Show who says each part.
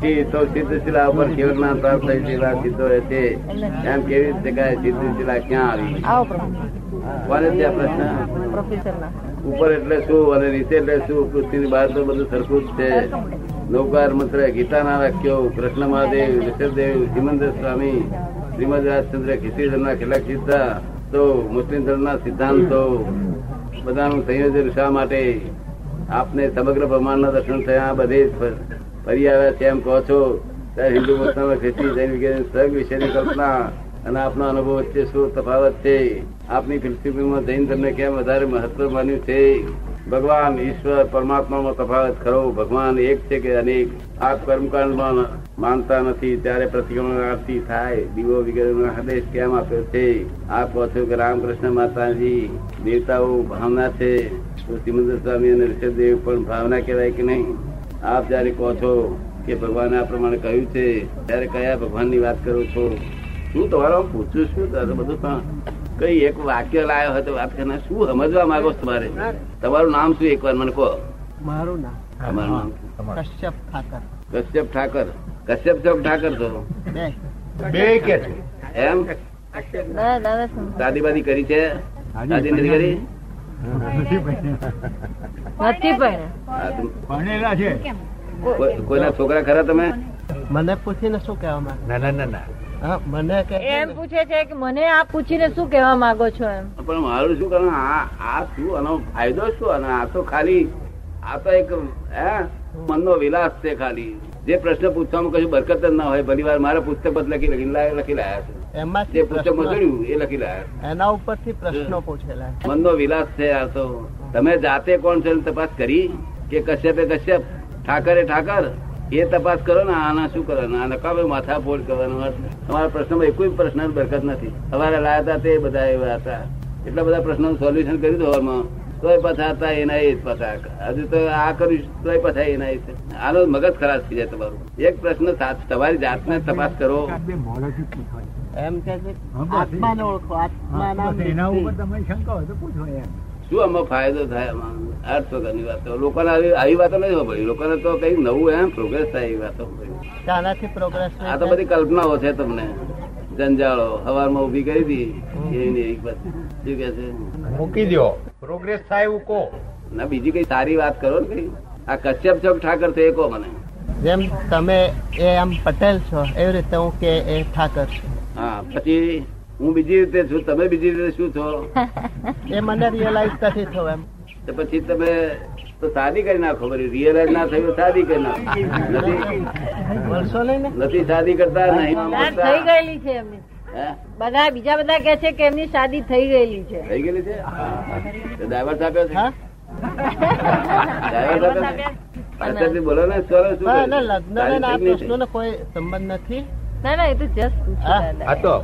Speaker 1: તે તો સિદ્ધ શિલા ઉપર કેવળના પ્રાપ્ત થઈ શિલા સિદ્ધો રહેશે એમ કેવી રીતે કહે સિદ્ધ શિલા ક્યાં આવી
Speaker 2: આવો પ્રશ્ન
Speaker 1: કોને છે આ પ્રશ્ન
Speaker 2: પ્રોફેસરના
Speaker 1: ઉપર એટલે શું અને નીચે એટલે શું પૃથ્વીની બહાર તો બધું સરખું જ છે નૌકાર મંત્ર ગીતાના રાખ્યો કૃષ્ણ મહાદેવ ઋષભદેવ સિમંદર સ્વામી શ્રીમદ રાજચંદ્ર ખીસી ધર્મના કેટલાક સિદ્ધા તો મુસ્લિમ ધર્મના સિદ્ધાંતો બધાનું સંયોજન શા માટે આપને સમગ્ર બ્રહ્માંડના દર્શન થયા બધે જ ફર- ફરી આવ્યા છે એમ કહો છો ત્યારે હિન્દુ મુસ્લિમ ખ્રિસ્તી જૈન વગેરે સર્વ વિશેની કલ્પના અને આપનો અનુભવ વચ્ચે શું તફાવત છે આપની ફિલસૂફીમાં જૈન ધર્મને કેમ વધારે મહત્વ માન્યું છે ભગવાન ઈશ્વર પરમાત્મામાં તફાવત ખરો ભગવાન એક છે કે અનેક આપ કર્મકાંડમાં માનતા નથી ત્યારે પ્રતિક્રમણ આરતી થાય દીવો વગેરેનો આદેશ કેમ આપ્યો છે આપ કહો છો કે રામકૃષ્ણ માતાજી દેવતાઓ ભાવના છે તો સિમંદર સ્વામી અને ઋષભદેવ પણ ભાવના કહેવાય કે નહીં આપ જ્યારે કહો છો કે ભગવાને આ પ્રમાણે કહ્યું છે ત્યારે કયા ભગવાનની વાત કરો છો હું તમારો પૂછું છું તારે બધું તા- કઈ એક વાક્ય લાયો હોય તો વાત કરીને શું સમજવા માંગો છો તમારે તમારું નામ શું એકવાર મને કહો
Speaker 3: મારું નામ
Speaker 1: તમારું નામ શું?
Speaker 3: કશ્યપ ઠાકર
Speaker 1: કશ્યપ ઠાકર કશ્યપ ચોક ઠાકર છો
Speaker 3: બે
Speaker 4: બે કે છે
Speaker 1: એમ
Speaker 2: દાદા દાદા શું?
Speaker 1: દાદી બાદી કરી છે દાદી નથી કરી
Speaker 4: નથી ભણેલા.
Speaker 2: નથી પણ
Speaker 1: હા, તો
Speaker 4: ભણેલા છે
Speaker 1: કોઈ- કોઈના છોકરા ખરા તમે
Speaker 3: મને પૂછીને શું કહેવા માંગે
Speaker 4: ના ના ના ના
Speaker 3: હા મને કે
Speaker 2: એમ પૂછે છે કે મને આ પૂછીને શું કહેવા માંગો છો એમ
Speaker 1: પણ મારું શું કારણ આ આ શું આનો ફાયદો શું અને આ તો ખાલી આ તો એક હે મનનો વિલાસ છે ખાલી જે પ્રશ્ન પૂછવામાં કશું બરકત જ ના હોય ભલી વાર મારા પુસ્તક બધ લખી લખી લાય- લખી લાયા છે
Speaker 3: એમાંથી
Speaker 1: જે પુસ્તકમાં
Speaker 3: પ્રશ્નો-
Speaker 1: જોયું એ લખી લાયા છે.
Speaker 3: એના ઉપરથી પ્રશ્નો પૂછેલા
Speaker 1: મનનો વિલાસ છે આ તો તમે જાતે કોણ છે એની તપાસ કરી કે કશ્યપે કશ્યપ ઠાકરે ઠાકર એ તપાસ કરો ને આના શું કરો ને આ નકામે માથા ફોડ કરવાનો તમારા પ્રશ્નમાં કોઈ પ્રશ્ન બરકત નથી અમારે લાયા હતા તે બધા એવા હતા એટલા બધા પ્રશ્નો સોલ્યુશન કર્યું હતું હવામાં તોય પાછા હતા એના એ જ પાછા હજુ તો આ કર્યું તોય પાછા એના એ જ. આનો મગજ ખરાબ થઈ જાય તમારું એક પ્રશ્ન સાચ- તમારી જાતને તપાસ કરો
Speaker 4: આ બે મોઢેથી પૂછવાય.
Speaker 3: એમ કે છે
Speaker 4: હા, બસ.
Speaker 3: આત્માને ઓળખો
Speaker 4: હા,
Speaker 3: આત્માના
Speaker 4: બસ એના ઉપર
Speaker 3: વૃત્તિ.
Speaker 4: તમારી શંકા હોય તો પૂછો એમ
Speaker 1: શું આમાં ફાયદો થાય આમાં અર્થ વગરની વાતો લોકોને આવી આવી વાતો નથી સાંભળી લોકોને તો કઈ નવું એમ પ્રોગ્રેસ થાય એવી વાતો સાંભળી.
Speaker 3: કે આનાથી પ્રોગ્રેસ
Speaker 1: આ તો બધી કલ્પનાઓ છે તમને જંજાળો હવારમાં ઊભી કરી હતી એવી ને એવી બધી. શું કહે છે
Speaker 4: મૂકી દો પ્રોગ્રેસ થાય એવું કહો
Speaker 1: ના બીજી કઈ સારી વાત કરો ને કઈ આ કશ્યપ ચોક ઠાકર છે એ કહો મને
Speaker 3: જેમ તમે એ આમ પટેલ છો એવી રીતે હું કે એ ઠાકર છું
Speaker 1: હા પછી હું બીજી રીતે છું તમે બીજી રીતે શું છો
Speaker 3: એ મને રિયલાઇઝ નથી થયું એમ
Speaker 1: તો પછી તમે તો શાદી કરી નાખો બધી રિયલાઇઝ ના થયું શાદી કરી નાખો નથી
Speaker 3: બોલશો નહીં ને
Speaker 1: નથી શાદી કરતા નહીં
Speaker 2: ના, થઈ
Speaker 1: માનતા.
Speaker 2: ગયેલી છે એમની
Speaker 1: હે?
Speaker 2: બધા બીજા બધા કે છે કે એમની શાદી થઈ ગયેલી છે
Speaker 1: થઈ ગયેલી છે તો ડાયવર્સ આપ્યો છે
Speaker 3: હા
Speaker 1: ડાયવર્સ આપ્યો છે પાછળથી બોલો ને સ્વરો શું
Speaker 3: ના, ના,
Speaker 1: કર્યું?
Speaker 3: લગ્ન ને આ
Speaker 1: તારી ઠીક નહીં
Speaker 3: પ્રશ્નોનો કોઈ સંબંધ નથી
Speaker 2: ના ના એ તો જસ્ટ
Speaker 3: હા.
Speaker 4: આ તો